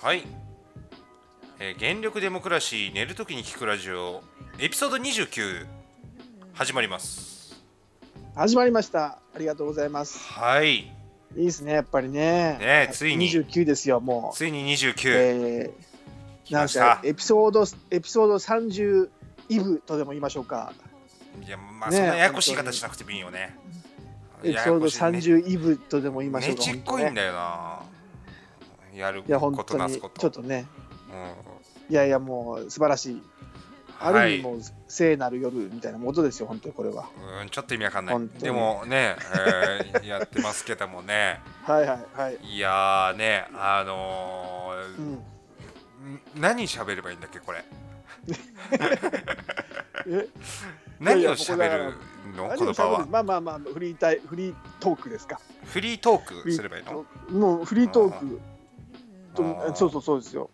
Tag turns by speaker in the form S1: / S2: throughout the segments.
S1: はい、えー原力デモクラシー寝るときに聞くラジオエピソード29始まります
S2: 始まりました。ありがとうございます。
S1: はい
S2: いいですね、やっぱりね。
S1: ねえついに
S2: 29ですよ、もう。
S1: ついに29
S2: えー、
S1: 来
S2: な
S1: ま
S2: ん
S1: した
S2: か、エピソード、エピソード30イブとでも言いましょうか。
S1: いやまあ
S2: ね
S1: そ
S2: え
S1: んなややこしい
S2: 本当
S1: 形
S2: に
S1: しなくてもいいよね
S2: エピソード
S1: ね
S2: 30イブとでも言いましょ
S1: ね
S2: うか。
S1: ちっこいんだよなやる
S2: いや、本
S1: こと
S2: 当
S1: な
S2: に、
S1: す
S2: ち
S1: こ
S2: ょ
S1: と
S2: っとね、
S1: う
S2: いやいや、もう素晴らしい。
S1: ん
S2: あ
S1: は
S2: る意
S1: い
S2: 味、もう聖なる夜みたいなことですよ、本当にこれは。
S1: うんちょっと意味わかんない
S2: 本当に
S1: でもね、えーやってますけどもね
S2: はいはいはい。
S1: いやーねあのー
S2: う
S1: ん
S2: ん、
S1: 何喋ればいいんだっけこれ
S2: え
S1: 何を喋るの
S2: 何
S1: この
S2: を
S1: 場
S2: 喋
S1: は
S2: るまあまあまあ、フリータイフリートークですか。
S1: フリート
S2: フ
S1: ーク
S2: リー
S1: すればいいの
S2: もうフリートークと
S1: あー
S2: そうそうそうですよ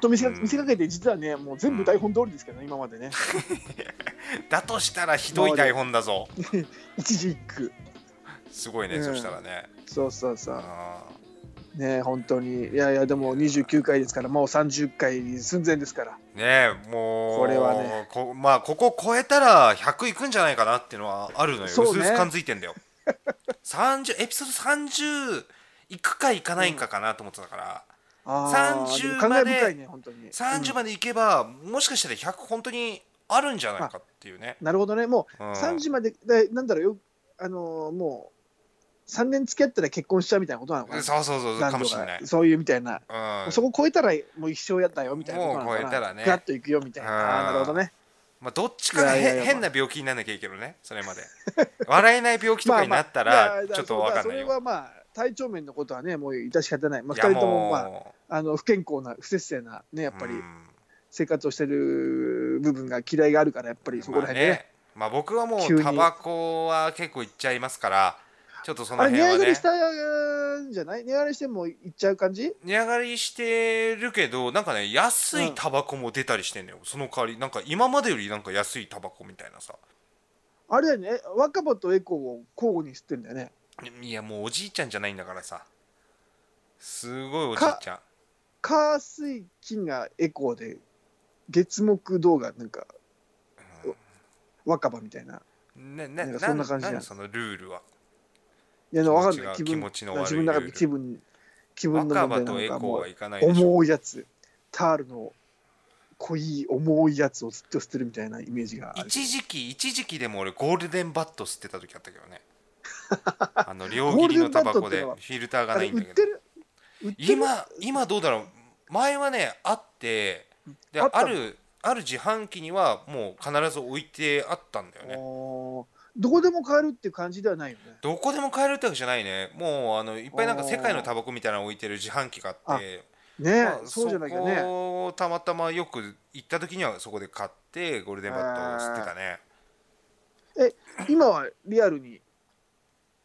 S2: と見せ,、
S1: うん
S2: 見せかけて実はねもう全部台本通りですけどね、今までね
S1: だとしたらひどい台本だぞ
S2: 一字一句
S1: すごいね、
S2: うん
S1: そしたらね
S2: そうそうそう
S1: あ
S2: ね本当にいやいやでも29回ですからもう30回寸前ですから
S1: ーねえもう
S2: これはね
S1: こまあここ超えたら100いくんじゃないかなっていうのはあるのようす
S2: そううね
S1: す感づいてんだよ 30エピソード30いくかいかないかかなと思ってたから、
S2: あー
S1: 30
S2: でも感
S1: ま
S2: 慨
S1: で
S2: 深いね本当に
S1: 30
S2: うん
S1: までいけばもしかしたら100本当にあるんじゃないかっていうね、
S2: なるほどねも
S1: う、
S2: うん30まででなんだろうよあのーもう3年付き合ったら結婚しちゃうみたいなことなのかな
S1: そうそうそう
S2: 男女が
S1: かもしれない、うん、
S2: そういうみたいなそ
S1: ま
S2: こ超えたらもう一生やったよみたいなことなのかな
S1: もう超えたらね
S2: ガッといくよみたいなあ
S1: あー
S2: ーなるほどね
S1: あどっちかがへ
S2: いやいやいや
S1: 変な病気にならなきゃいいけどねそれまで 笑えない病気とかになったらちょっとわかんないよ、
S2: まあまあいやいやそれはまあ体調面のことはねもう致し方ない、まあ、
S1: いや
S2: 2人とも、まあ、
S1: も
S2: あの不健康な不節制なねやっ
S1: う
S2: ぱり
S1: うん
S2: 生活をしてる部分が嫌いがあるからやっぱりそこら辺ね,、
S1: まあねまあ僕はも
S2: 急
S1: う
S2: に
S1: タバコは結構いっちゃいますからちょっとその
S2: あれ値
S1: 辺は
S2: 上が
S1: ね
S2: りしたんじゃない値上がりしてもいっちゃう感じ
S1: 値上がりしてるけどなんかね安いタバコも出たりしてんのよ、その代わりなんか今までよりなんか安いタバコみたいなさ
S2: あれだよね若葉とエコを交互に吸ってんだよね
S1: いやもうおじいちゃんじゃないんだからさすごいおじいちゃん
S2: 火水金がエコーで月木動画なんか若葉みたいな
S1: ねね
S2: なんかそんな感じじゃん
S1: んそのルールはい
S2: や分かんない
S1: 気
S2: 気
S1: 持ちが
S2: 分
S1: 気持ちの悪い
S2: 自分の中で気分気分の
S1: 若葉
S2: 問題
S1: とエ
S2: な
S1: コ
S2: のか
S1: ー
S2: もう
S1: はいかないでしょ
S2: 重いやつタールの濃い重いやつをずっと捨てるみたいなイメージがある
S1: 一時期一時期でも俺ゴールデンバット吸ってた時あったけど ねあの両
S2: ゴー
S1: 切り
S2: ルデ
S1: の
S2: ンバ
S1: タバ
S2: ット
S1: コ
S2: って
S1: で
S2: のは
S1: フィルターが
S2: あ
S1: な
S2: れ
S1: いん
S2: 売
S1: だ
S2: っ
S1: け
S2: て
S1: ど
S2: る売ってる
S1: 今今どうだろう前はねあってで
S2: あ
S1: あ
S2: ったの
S1: るある自販機にはもう必ず置いてあったんだよね
S2: おーどこでも買えるっていう感じではないよね
S1: どこでも買えるってわけじゃないねもうあのいっぱいなんか世界のタバコみたいなの置いてる自販機があって
S2: ねえ、
S1: まあ
S2: そうじゃなきゃ
S1: そ
S2: ね
S1: こをたまたまよく行った時にはそこで買ってゴールデンバットを吸ってたね
S2: 今はリアルに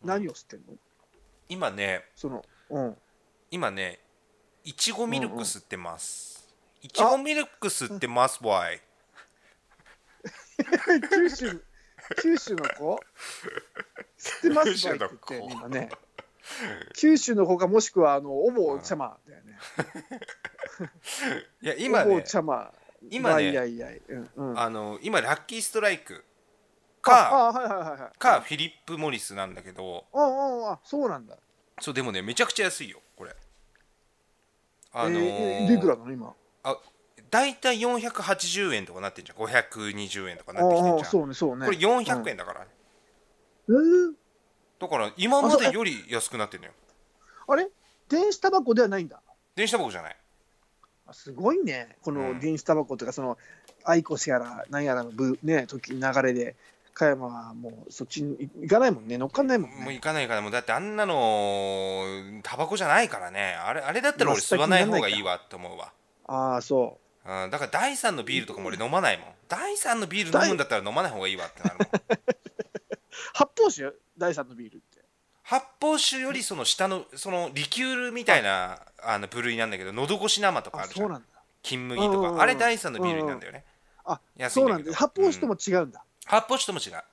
S2: 何を吸ってんの
S1: 今ね
S2: その うん
S1: 今ねいちごミルク
S2: うんうん
S1: 吸ってます、いちごミルク吸ってますわい
S2: 九州九州の子知ってま
S1: 九
S2: す
S1: 州
S2: ば
S1: の
S2: いって言
S1: 子
S2: ってね今ね九州の子かもしくはあのお坊ちゃまだよね
S1: いや今
S2: お坊
S1: ね
S2: ちゃま
S1: 今
S2: いや
S1: ね
S2: いやいやうんうん
S1: あの今ラッキーストライクか
S2: ああはいはいはいはい
S1: かフィリップ・モリスなんだけど
S2: ああああそうなんだ
S1: そうでもねめちゃくちゃ安いよこれあ
S2: あ
S1: の
S2: の
S1: ー
S2: えいくらなの今
S1: 大体480円とかなってんじゃん520円とかなってきて
S2: あ
S1: ん
S2: あ
S1: じゃん
S2: そうねそうね
S1: これ400円だから、
S2: えー
S1: だから今までより安くなってんのよ
S2: あれ電子タバコではないんだ
S1: 電子タバコじゃない
S2: あすごいねこ
S1: うん
S2: の電子タバコとかそのアイコスやらなんやらのブね時流れで加山はもうそっちに行かないもんね乗っかんないもん
S1: もう
S2: ね
S1: 行かないからもうだってあんなのタバコじゃないからねあれあれだったら俺吸わない方がいいわって思うわ、
S2: ああそ
S1: うん、だから第3のビールとかも俺飲まないもん第3のビール飲むんだったら飲まない方がいいわってなる もん
S2: う発泡酒第三のビールって
S1: 発泡酒よりその下のそのリキュールみたいなあの部類なんだけど喉越し生とかあ
S2: あ
S1: るじゃ
S2: そうんなんだ
S1: 金麦と
S2: うんうんう
S1: か
S2: ん
S1: あれ第3のビールになるんだよね
S2: うんうんあ
S1: 安い
S2: そ
S1: ん
S2: う
S1: だ
S2: な
S1: け
S2: ん
S1: ど
S2: だ発泡酒と
S1: うん
S2: も違うんだ
S1: 発泡酒とも違う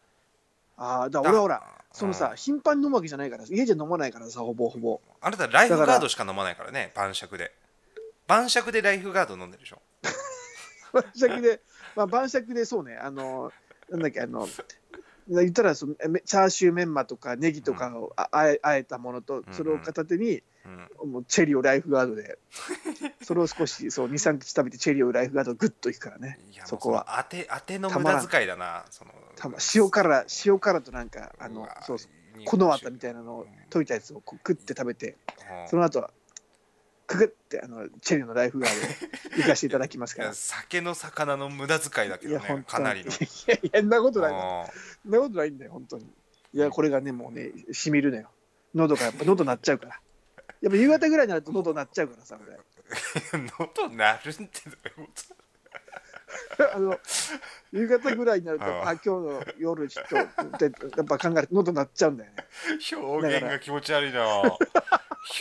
S2: ああだから俺はほ
S1: だ
S2: らそのさ頻繁に飲むわけじゃないから家じゃ飲まないからさほぼほぼ
S1: あなたライフガードしか飲まないからね晩酌で晩酌でライフガード飲んでるでしょ
S2: 晩 酌で、まあ、晩酌でそうね、あの、なんだっけ、あの、言ったらそのめチャーシューメンマとかネギとかをああえあえたものと、それを片手に、
S1: うん
S2: もうチェリーをライフガードで、それを少し、そう、2、3口食べて、チェリーをライフガードグッといくからね
S1: いや、
S2: そこは。
S1: もうの当て当ての無駄遣いだなその
S2: たま塩辛、塩辛となんか、あ
S1: う
S2: の
S1: わ、
S2: そうそう、
S1: いい
S2: 粉あったみたいなのを溶いたやつをこう食って食べて、その後は、くぐって、あの、チェリーのライフガードを行かせていただきます
S1: い
S2: から
S1: や。酒の魚の無駄遣いだけ
S2: い
S1: ど
S2: や、本
S1: ね
S2: 当
S1: か
S2: に
S1: なりの
S2: いやいや、そんなことないな。
S1: あ
S2: そんなことないんだよ、本当に。いや、これがね、もうね、しみるのよ。喉がやっぱ、喉鳴っちゃうから。やっぱ夕方ぐらいになると喉鳴っちゃうからさ、俺。
S1: ー喉鳴るってどういうこ
S2: あの、夕方ぐらいになると、
S1: ああ
S2: あ、今日の夜ちょっと、でやっぱ考えると喉鳴っちゃうんだよね。
S1: と表現が気持ち悪いな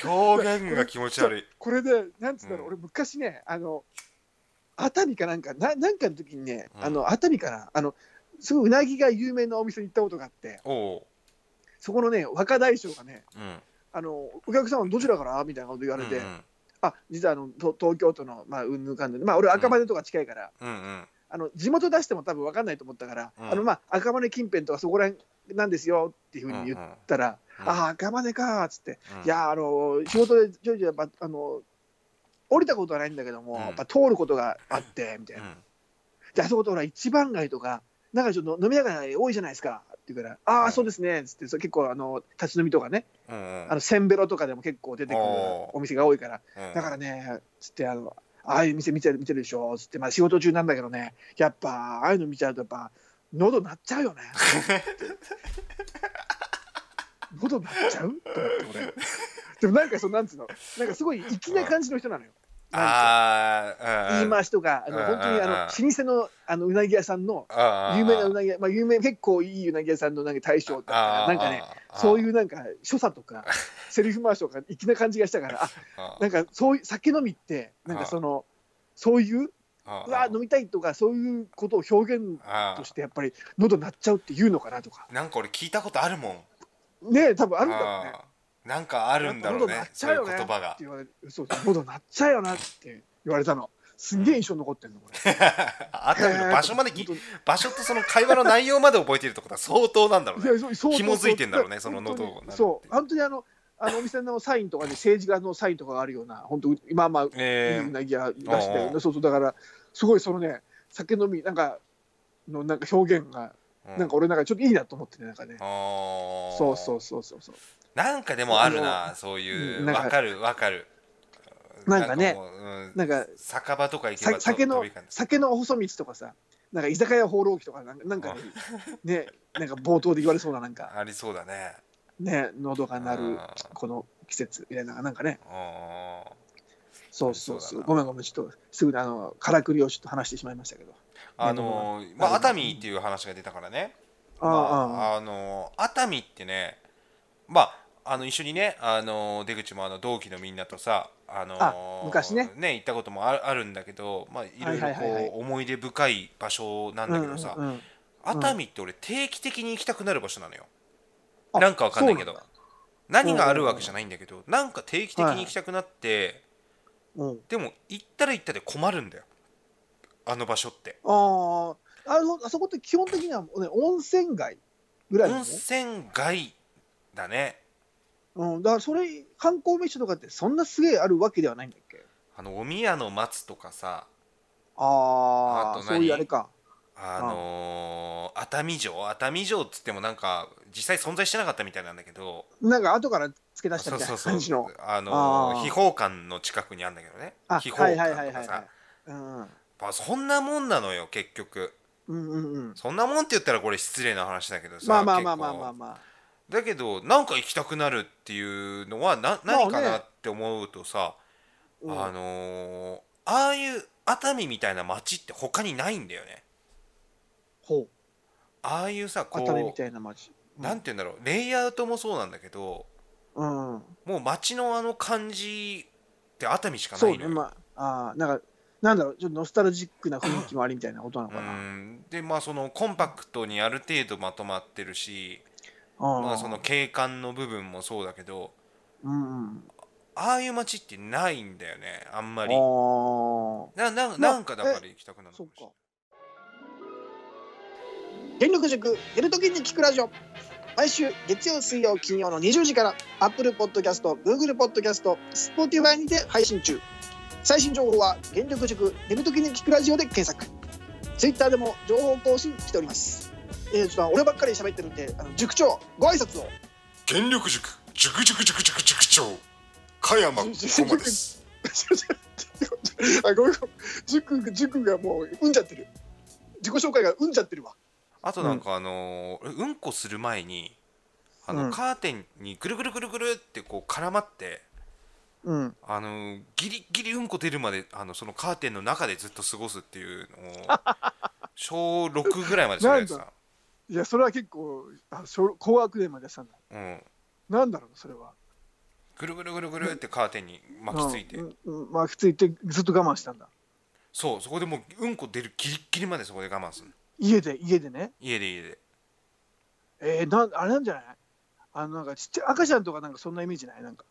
S1: 表現が気持ち悪い
S2: これで、なんつうんだろう、
S1: うん
S2: 俺昔ね、あの、熱海かなんか、ななんかの時にね、
S1: うん
S2: あの、熱海かな、あの、すごいうなぎが有名なお店に行ったことがあって、
S1: おお
S2: そこのね、若大将がね、
S1: う、うん、
S2: あの、お客様どちらからみたいなこと言われて、
S1: うんうん
S2: あ実はあのと東京都の、まあ、うんぬんかんぬんで、まあ、俺、赤羽とか近いから、
S1: うんうん
S2: あの地元出しても多分分かんないと思ったから、
S1: うん
S2: あのまあ、赤羽近辺とかそこら辺なんですよっていうふうに言ったら、ああ、赤羽かーっつって、
S1: うん
S2: いやー、あのー仕事でちょいちょいやっぱ、あのー降りたことはないんだけども、
S1: うん
S2: やっぱ通ることがあって、みたいな。
S1: うん
S2: で、あそことほら、一番街とか、なんかちょっと飲み屋街多いじゃないですかって言うから、あ
S1: う
S2: あ、
S1: ん
S2: そうですねっつって、そう結構あの立ち飲みとかね、
S1: うんうん
S2: あのせんべろとかでも結構出てくる
S1: おー
S2: お店が多いから、
S1: うん
S2: だからね、つってあの、ああいう店見てる見てるでしょ、つって、まあ仕事中なんだけどね、やっぱ、ああいうの見ちゃうと、やっぱ、喉鳴っちゃ うよね。喉鳴っちゃうと思って、俺。でもなんか、そうなんつうの、なんかすごい粋な感じの人なのよ。なん
S1: あ
S2: つう
S1: あ
S2: の言い回しとか、あの
S1: うん
S2: 本当にあの
S1: うん
S2: 老舗のあのうなぎ屋さんの、有
S1: 有
S2: 名なうなぎ屋、まあ、有名、結構いいうなぎ屋さんのなんか大将だったから、なんかね、そういううなんか所作と か、セリフ回しとか、粋な感じがしたから、あなんかそういう酒飲みってなんかそのそういううわ飲みたいとかそういうことを表現としてやっぱり喉鳴っちゃうって言うのかなとか
S1: なんか俺聞いたことあるもん
S2: ねえ多分あるんだろうね
S1: あーなんかあるんだろう
S2: や
S1: ね
S2: っぱ喉鳴っち
S1: そう
S2: ゃ
S1: いう
S2: よ
S1: う
S2: ね
S1: 言葉が
S2: って言われそうそう喉鳴っちゃうよなって言われたのすんげえ印象に残ってんのこれ
S1: 熱海の場所まで 聞い
S2: いい
S1: 場所とその会話の内容まで覚えてるってことは相当なんだろうね
S2: やそうそう
S1: 紐づいてんだろうね
S2: そう
S1: その喉を鳴るって
S2: そう本当にあのあのお店のサインとかね政治家のサインとかがあるような本当今まあまあ
S1: え
S2: う
S1: ー
S2: なぎ屋出したよね
S1: おうお
S2: そうそうだからすごいそのね酒飲みなんかのなんか表現が
S1: う
S2: なんか俺なんかちょっといいなと思ってねなんかね
S1: あー
S2: そうそうそうそうそう
S1: なんかでもあるなそういううん
S2: なんか
S1: わかるわかる
S2: なんかね
S1: もううん
S2: なんか
S1: 酒場とか行けば
S2: さ
S1: と
S2: 酒の
S1: 飛び交う
S2: 酒の細道とかさなんか居酒屋放浪記とかなんかなんかねねなんか冒頭で言われそうな なんか
S1: ありそうだね
S2: ね喉が鳴
S1: うん
S2: るこの季節みたいななんかね
S1: うんうん
S2: そうそう
S1: そ
S2: そう
S1: うだな
S2: ごめんごめんちょっとすぐあのからくりをちょっと話してしまいましたけど
S1: あのー
S2: ん
S1: まあ熱海っていう話が出たからね
S2: あ
S1: ま
S2: あああ
S1: あ、あの熱海ってねまああの一緒にねあの出口もあの同期のみんなとさあの
S2: あ昔ね
S1: 行ったこともああるんだけど、まあ、いろいろ
S2: はいはいはいはい
S1: こう思い出深い場所なんだけどさ、
S2: うんうんうん
S1: 熱海って俺定期的に行きたくなる場所なのよ
S2: あ
S1: なんかわかんないけど
S2: そう
S1: 何があるわけじゃないんだけどなんか定期的に行きたくなって、
S2: なんだうん
S1: でも行ったら行ったで困るんだよあの場所って
S2: あああのあそこって基本的には、ね、温泉街ぐらいの
S1: 温
S2: ね、
S1: 泉街だね
S2: うん、だからそれ観光名所とかってそんなすげえあるわけではないんだっけ
S1: あのお宮の松とかさ
S2: あ
S1: あ
S2: あ
S1: と何
S2: そういうあれか
S1: あのー熱海城熱海城っつってもなんか実際存在してなかったみたいなんだけど
S2: なんか後から付け出した
S1: そう
S2: みたい
S1: そ
S2: な
S1: うそう
S2: 感じの
S1: あのー
S2: あー
S1: 秘宝館の近くにあるんだけどね
S2: あ
S1: 秘
S2: は
S1: 宝
S2: いはいは
S1: 館
S2: い
S1: とか
S2: はい
S1: さ
S2: はいうん
S1: まあそんなもんなのよ結局
S2: うんうんうん
S1: そんなもんって言ったらこれ失礼な話だけどさ
S2: まあまあまあまあ
S1: 結
S2: ま
S1: 構
S2: あまあ
S1: だけどなんか行きたくなるっていうのはな
S2: まあね
S1: 何かなって思うとさ、
S2: うん
S1: あのーああいう熱海みたいな街って他にないんだよね
S2: ほ
S1: ああいうさ
S2: う熱海み
S1: こう
S2: たいな街うん
S1: なんて言うんだろうレイアウトもそうなんだけど
S2: うん
S1: もう街のあの感じって熱海しかな
S2: そう
S1: いのよ。
S2: ねまああーなんかなんだろうちょっとノスタルジックな雰囲気もありみたいなことなの
S1: う
S2: かな、
S1: んでまあそのコンパクトにある程度まとまってるし、
S2: うん
S1: まあ、その景観の部分もそうだけど
S2: うんうん
S1: ああいう街ってないんだよねあんまり
S2: あ
S1: なな
S2: まあ
S1: なんかだから行きたくなるのかもしれ
S2: そ
S1: ない
S2: う電力塾寝るときに聞くラジオ毎週月曜水曜金曜の20時から Apple Podcast、Google Podcast、Spotify にて配信中最新情報は「原力塾寝るときに聞くラジオ」で検索 Twitter でも情報更新しておりますえー、ちょっと俺ばっかり喋ってるんであの塾長ご挨拶を
S3: 原力塾塾塾塾塾塾長加山小馬です
S2: あごめん塾塾がもううんじゃってる自己紹介がうんじゃってるわ
S1: あとなんかあのーうんこする前にあの、
S2: うん
S1: カーテンにぐるぐるぐるぐるってこう絡まって
S2: うん
S1: あのーギリギリうんこ出るまであのそのカーテンの中でずっと過ごすっていうのを 小6ぐらいまでそれやって
S2: な
S1: た、
S2: いや、それは結構、あ小高学年までしたんだ。
S1: うん、
S2: なんだろう、それは。
S1: ぐるぐるぐるぐるってカーテンに巻きついて、
S2: うんうん巻きついて、ずっと我慢したんだ。
S1: そうそこでもううんこ出るギリギリまでそこで我慢する
S2: 家で、家でね。
S1: 家で家で
S2: えー、なんあれなんじゃないあの、なんか、ちっちゃい赤ちゃんとかなんかそんなイメージないなんか、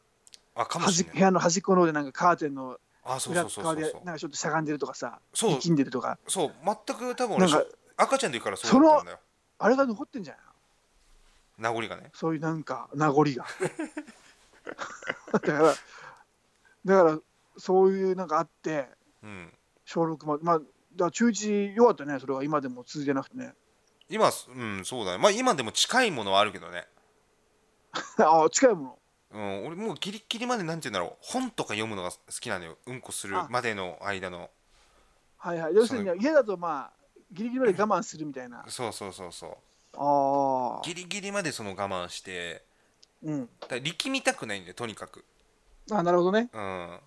S1: あかも
S2: 端
S1: し
S2: っ
S1: れ
S2: 部
S1: ない
S2: 屋の端っこの方でなんかカーテンの
S1: あそう
S2: 裏
S1: そうそうそ
S2: 側
S1: う
S2: で、
S1: そ
S2: な
S1: うん
S2: かちょっとしゃがんでるとかさ、
S1: そう
S2: 力んでるとか、
S1: そう全く多分
S2: な
S1: 俺
S2: んか、
S1: 赤ちゃんの時からそうだったんだよ
S2: あれが残ってんじゃない
S1: 名残がね
S2: そういうなんか、名残が。 だから、だから、そういうなんかあって、
S1: うん
S2: 小6まで、まあ、だから中1弱かったね、それは今でも続いてなくてね。
S1: 今うんそうだねまあ今でも近いものはあるけどね
S2: ああ、近いもの。
S1: うん、俺もうギリギリまでなんて言うんだろう本とか読むのが好きなのようんこするまでの間の
S2: はいはい。要するに家だとまあ、ギリギリまで我慢するみたいな。あ
S1: そうそうそうそう
S2: あ。
S1: ギリギリまでその我慢して
S2: うん。
S1: だから力みたくないんだよとにかく
S2: あなるほどね。
S1: うん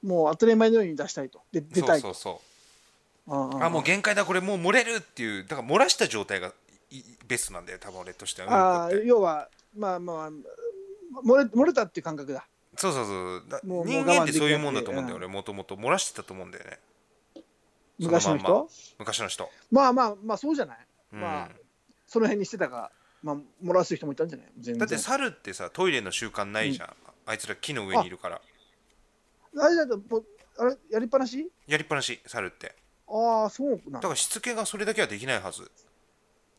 S2: もう当たり前のように出したいと。で出
S1: そ
S2: た
S1: う
S2: い
S1: そう
S2: と。
S1: そ
S2: あ
S1: うあもう
S2: ゲ
S1: 限界だこれもう漏れるっていうだから漏らした状態がいいベストなんだよ多分俺としては
S2: あ
S1: うんこ
S2: ー
S1: って
S2: 要は、まあまあ、漏れ漏れたっていう感覚だ。
S1: そうそうそうだ
S2: もう
S1: 人
S2: もう
S1: 間っ
S2: 我慢
S1: て
S2: できなくて
S1: そういうもんだと思うんだよ
S2: うん
S1: 俺もともと漏らしてたと思うんだよねそのまん
S2: 昔
S1: ま
S2: の人
S1: 昔の人
S2: まあまあまあ、そうじゃない。
S1: うん
S2: まあその辺にしてたが、まあ、漏らす人もいたんじゃない全然。
S1: だって猿ってさトイレの習慣ないじゃんあいつら木の上にいるから
S2: あれだと、ぽあれ、やりっぱなし
S1: やりっぱなし猿って
S2: ああ、そうなん
S1: だからしつけがそれだけはできないはず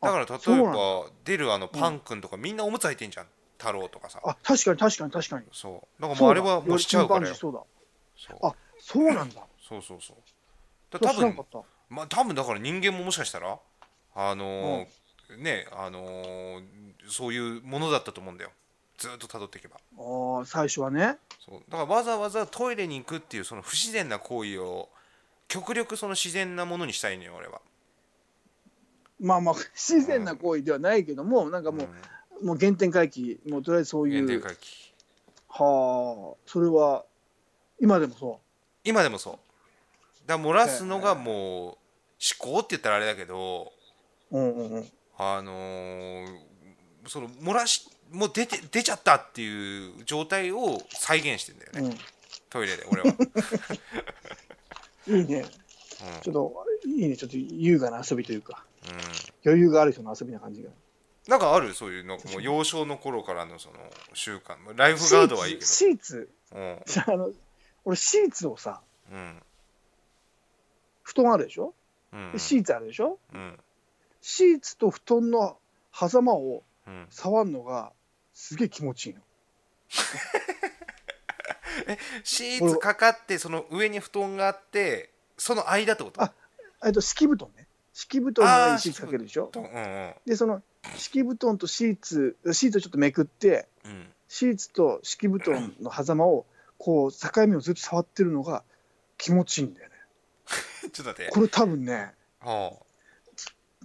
S1: だ
S2: あ
S1: から
S2: そう
S1: 例え
S2: なんだ
S1: ば出るあのパン君とかみんなおむつ履いてんじゃん太郎とかさ
S2: あ、確かに確かに確かに。
S1: そうだからもうあれはもうしちゃうからよそ
S2: そうだ。
S1: う
S2: あそうなんだ。
S1: そうそうそうだ
S2: そ
S1: 多
S2: う知らな
S1: 分
S2: かった。
S1: まあ多分だから人間ももしかしたらあのーねあのーそういうものだったと思うんだよずーっと辿っていけば
S2: ああ、最初はね。
S1: そうだからわざわざトイレに行くっていうその不自然な行為を極力その自然なものにしたいのよ俺は
S2: まあまあ、不自然な行為ではないけども、なんかもう、
S1: ん
S2: もう原点回帰、もうとりあえずそうい
S1: 原点
S2: う。
S1: 回帰
S2: はあ、それは、今でもそ
S1: 今でもそうだから漏らすのがもう思考って言ったらあれだけど
S2: う。うんうんうん。
S1: あのーその漏らしもう出て出ちゃったっていう状態を再現してんだよね、
S2: う
S1: トイレで 俺は、うん
S2: ん、いいね。ちょっと、いいね。ちょっと優雅な遊びというか、
S1: うん、
S2: 余裕がある人の遊びな感じが。
S1: なんかあるそういうのもう幼少の頃からのその習慣ライフガードはいいけ
S2: シーツ、
S1: どう ん
S2: シーツあの、俺、シーツをさ、
S1: うん
S2: 布団あるでしょ、
S1: うん
S2: でシーツあるでしょ
S1: うん
S2: シーツと布団の狭間を
S1: うん
S2: 触るのが、すげえ気持ちいいの。
S1: シーツかかってその上に布団があってその間ってこと
S2: あえっと、敷布団ね。敷布団の上にシーツかけるでしょ
S1: うんうん
S2: でその敷布団とシーツシーツをちょっとめくって
S1: うん
S2: シーツと敷布団の狭間をこう境目をずっと触ってるのが気持ちいいんだよね
S1: ちょっと待って
S2: これ多分ね
S1: ああ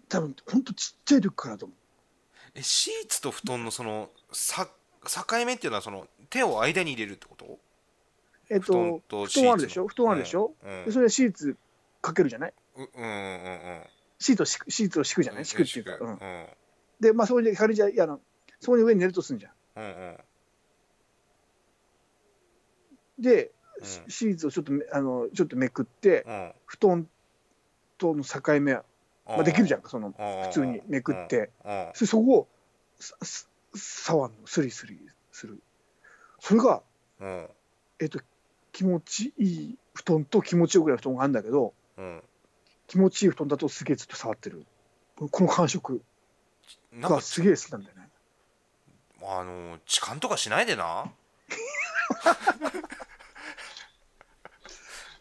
S2: 多分ほんとちっちゃい時からだと思
S1: えシーツと布団のそのさ境目っていうのはその手を間に入れるってこと
S2: うえっ
S1: 布団
S2: と
S1: とシ
S2: 布
S1: ーツの
S2: 団あるでしょ布団あるでしょ、
S1: うんうん
S2: でそれでシーツかけるじゃないう
S1: うんうんうん
S2: シートを敷くシーツを敷くじゃない敷くっていうか、
S1: うん
S2: うん、
S1: うん
S2: でまあそこに仮じゃいやあのそこに上に寝るとするじゃ
S1: うんうん
S2: んで、
S1: うん
S2: シシーツをちょっとめあのちょっとめくって
S1: うん
S2: 布団との境目、まあ、できるじゃんかその
S1: 普
S2: 普通にめくって、
S1: うん
S2: そそこをすす触るのスリスリするそれが
S1: うん
S2: えっと、気持ちいい布団と気持ちよくない布団があるんだけど、
S1: うん、
S2: 気持ちいい布団だとすげえずっと触ってる。この感触
S1: なん
S2: が
S1: か
S2: すげえ好きなんだよね。
S1: あの痴漢とかしないでな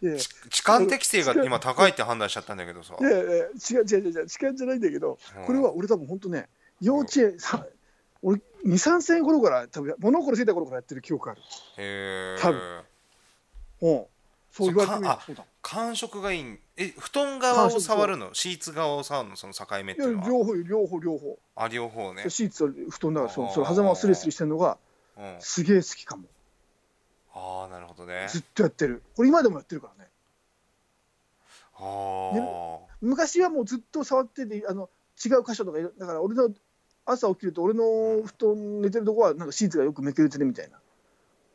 S2: で
S1: ち痴漢適性が今高いって判断しちゃったんだけどさ、
S2: いやいや違う違う違う違う時間じゃないんだけど、
S1: うん
S2: これは俺多分本当ね幼稚園、さ俺23歳頃から多分物心ついた頃からやってる記憶ある
S1: へ
S2: 多
S1: え
S2: うんそう言われてみれば
S1: そ
S2: そうだ
S1: 感触がいいんえ布団側を触るのシーツ側を触るのその境目っていう
S2: い
S1: の
S2: や
S1: は
S2: 両方両方両方、
S1: あ両方ね、
S2: シーツは布団だからそ
S1: あ
S2: の
S1: ー
S2: その狭間をスリスリしてるのが
S1: うん、あ
S2: すげえ好きかも
S1: あなるほどね
S2: ずっとやってるこれ今でもやってるからね
S1: あー
S2: 昔はもうずっと触っててあの違う箇所とかいろだから俺の朝起きると俺の布団寝てるとこはなんかシーツがよくめくれてるみたいな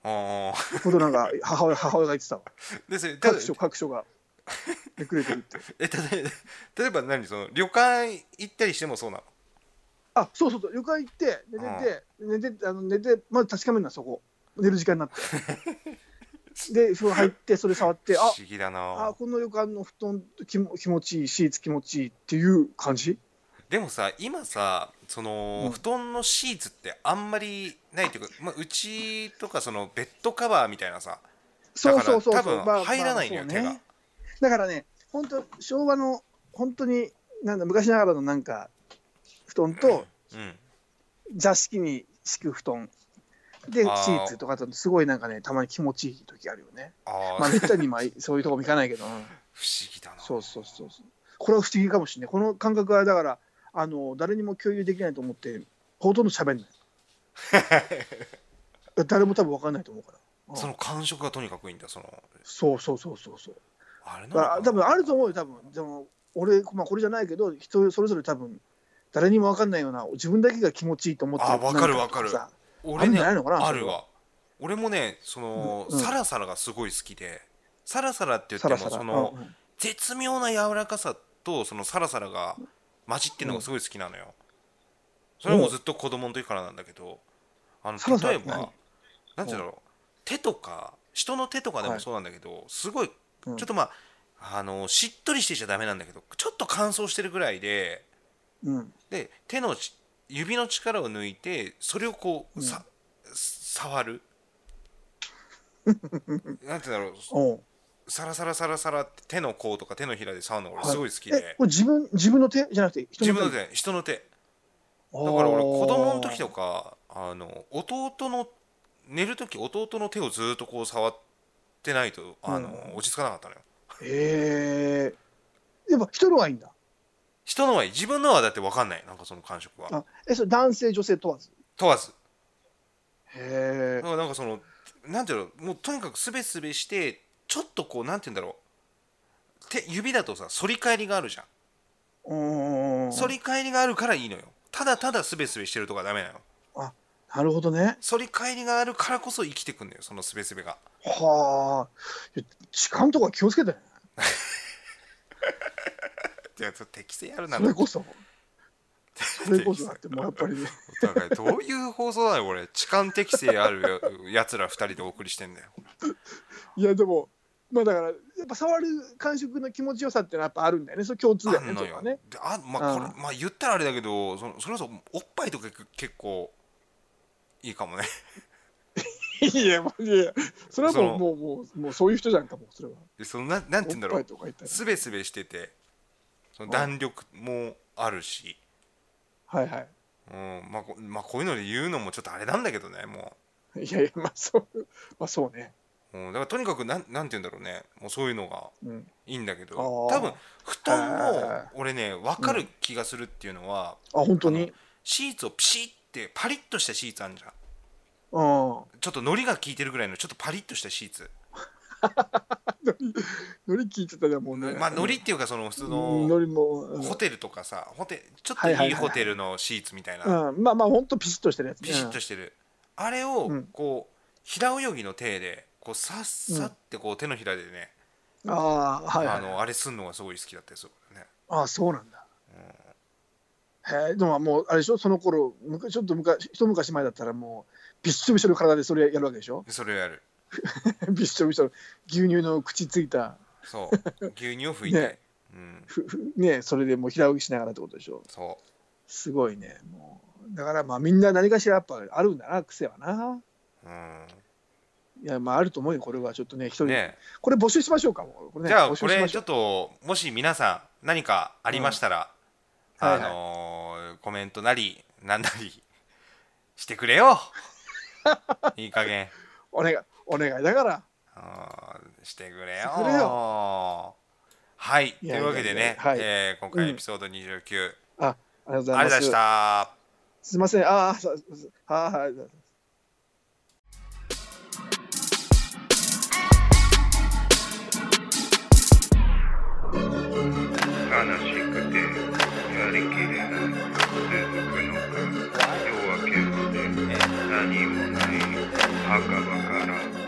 S1: あー
S2: ことなんか 母親母親が言ってたわ
S1: でそれただ
S2: 各所各所がめくれてるって
S1: えただ 例えば何その旅館行ったりしてもそうなの
S2: あそうそうそう旅館行って寝てて、寝てあの寝てまず確かめるのはそこ寝る時間になってで風呂入ってそれ触って
S1: 不
S2: あ
S1: 思議だ
S2: あ
S1: な
S2: この旅館の布団気も気持ちいいシーツ気持ちいいっていう感じ
S1: でもさ今さその、
S2: うん
S1: 布団のシーツってあんまりないっていうか、まあ、うちとかそのベッドカバーみたいなさ
S2: そうそうそう
S1: だ
S2: そ
S1: から
S2: う
S1: 多分入らないのよ
S2: そうね
S1: 手が
S2: だからね本当昭和の本当になんだ昔ながらのなんか布団と
S1: うん
S2: 座敷に敷く布団でシ
S1: あー
S2: ーツとかだとすごいなんかねたまに気持ちいい時あるよね
S1: ああ、
S2: まあめったに今 そういうとこも行かないけど、うん
S1: 不思議だな
S2: そうそうそうそう。これは不思議かもしれない。この感覚はだから、あの誰にも共有できないと思って、ほとんど喋ん ない。誰も多分分かんないと思うから。うん
S1: その感触がとにかくいいんだその
S2: そうそうそうそうそう。
S1: あれな
S2: だから
S1: の
S2: 多分あると
S1: 思
S2: 思うよ。多分でも俺まあこれじゃないけど、人それぞれ多分誰にも分かんないような自分だけが気持ちいいと思って
S1: あ分かる
S2: なんとさ
S1: う
S2: あ
S1: 俺
S2: るん
S1: ね
S2: じゃないのかな。
S1: ある。わ俺もねその、
S2: うんうん
S1: サラサラがすごい好きでサラサラって言って
S2: さ
S1: も
S2: らさら。
S1: その、
S2: うんうん
S1: 絶妙な柔らかさとそのサラサラが混じってるのがすごい好きなのよ、それはもうずっと子供の時からなんだけどあの
S2: サラサラ
S1: 例え
S2: って何
S1: ば何て言うんだろう手とか人の手とかでもそうなんだけど、すごいち
S2: う
S1: ょ
S2: ん
S1: っとまあ、あのしっとりしてちゃダメなんだけどちょっと乾燥してるぐらいで
S2: うん。
S1: で手のち指の力を抜いてそれをこうさ、触 るなんて言うんだろう
S2: おう
S1: サラサラサラサラって手の甲とか手のひらで触るのが俺
S2: はい
S1: すごい好きで、
S2: え、これ自分自分の手じゃなくて人
S1: 自
S2: の手。
S1: 分の手人の手だか
S2: だ
S1: ら俺子供の時とかあの弟の寝る時弟の手をずっとこう触ってないとあの、
S2: う
S1: 落ち着かなかったのよ
S2: へえやっぱ人のはいいんだ
S1: 人のはいい自分のはだって分かんないなんかその感触は
S2: あえそれ男性女性問わず
S1: 問わず
S2: へ
S1: だからなんかそのなんていうのもうとにかくすべすべしてちょっとこうなんて言うんだろう手指だとさ反り返りがあるじゃん
S2: え
S1: 反り返りがあるからいいのよただただすべすべしてるとかダメなの
S2: なるほどね
S1: 反り返りがあるからこそ生きてくんだよそのすべすべが
S2: はあ痴漢とか気をつけてね
S1: いやそれ適性あるな
S2: それこそそれこそ だってもうやっぱりね
S1: お互いどういう放送なのこれ痴漢適性あるややつら2人でお送りしてんだよ
S2: いやでもまあだからやっぱ触る感触の気持ちよさってのはやっぱあるんだよねそれ共通だよ
S1: あ
S2: ね
S1: んの
S2: そ
S1: よ、
S2: こはね
S1: であまあこれ
S2: う
S1: まあ言ったらあれだけどそのそれこそおっぱいとか結構いいかもね
S2: いやまあいやそれは
S1: そ
S2: もう
S1: の
S2: もうもうもうそういう人じゃんかもうそれは
S1: そのななんて言う
S2: お
S1: んだ
S2: っ
S1: ろ
S2: ぱ
S1: う
S2: いとか言ったら
S1: すべすべしててその弾力もあるし、
S2: はいは
S1: うんまあ、こまあこういうので言うのもちょっとあれなんだけどねも
S2: いいやいやまあそうまあそうね
S1: う、うん、だからとにかくなんなんて言うんだろうねもうそういうのが
S2: うん
S1: いいんだけど
S2: あー
S1: 多分布団も
S2: あ
S1: 俺ね分かる気がするっていうのは、
S2: あ本当に
S1: シーツをピシッってパリッとしたシーツあるじゃんち
S2: うん
S1: ょっと糊が効いてるぐらいのちょっとパリッとしたシーツ、
S2: ノリ聞いてたじゃんもうね。
S1: まあ糊っていうかその普通
S2: うんノ
S1: の
S2: リも、うん
S1: ホテルとかさホテちょっ
S2: は
S1: と
S2: いはいはい
S1: い
S2: はい
S1: ホ
S2: い
S1: テルのシーツみたいな、
S2: うん、まあまあ本当ピシッとしてるやつ、ね。
S1: ピシッとしてる、あれを
S2: うん
S1: こう平泳ぎの手でこうさっさってこう手のひらでね、
S2: うんああはい、はい、
S1: あのあれすんのがすごい好きだったりするからね
S2: ああそうなんだ。へえでももうあれでしょその頃むかちょっと昔一昔前だったらもうびっしょびしょの体でそれやるわけでしょ
S1: でそれをやる
S2: びっしょびしょ牛乳の口ついた
S1: そう牛乳を拭いて、
S2: ね
S1: うん、
S2: ふふねそれでもう平泳ぎしながらってことでしょ
S1: そ
S2: すごいねもうだからまあみんな何かしらやっぱあるんだな癖はな
S1: う、う
S2: いやまああると思うよこれはちょっとね一人、
S1: ん、ね
S2: これ募集しましょうかもうこれ、ね、
S1: じゃあ
S2: 募集
S1: こ
S2: し
S1: れ
S2: ま
S1: ち
S2: し
S1: ょ
S2: ょう
S1: っともし皆さん何かありましたら、
S2: うんはいはい
S1: あのーコメントなりなんなりしてくれ よいい加減
S2: お願いお願いだから
S1: うんしてくれよ
S2: してくれ
S1: はい
S2: いや
S1: というわけでね
S2: いやいやはい
S1: えー今
S2: う
S1: 回
S2: ん
S1: エピソード29、
S2: ありがとうござい
S1: ありがとう
S2: ま
S1: ございますした。
S2: すいませんああささはいはい
S4: 悲しくてやりきれない続くのか夜明けまで何もない墓場から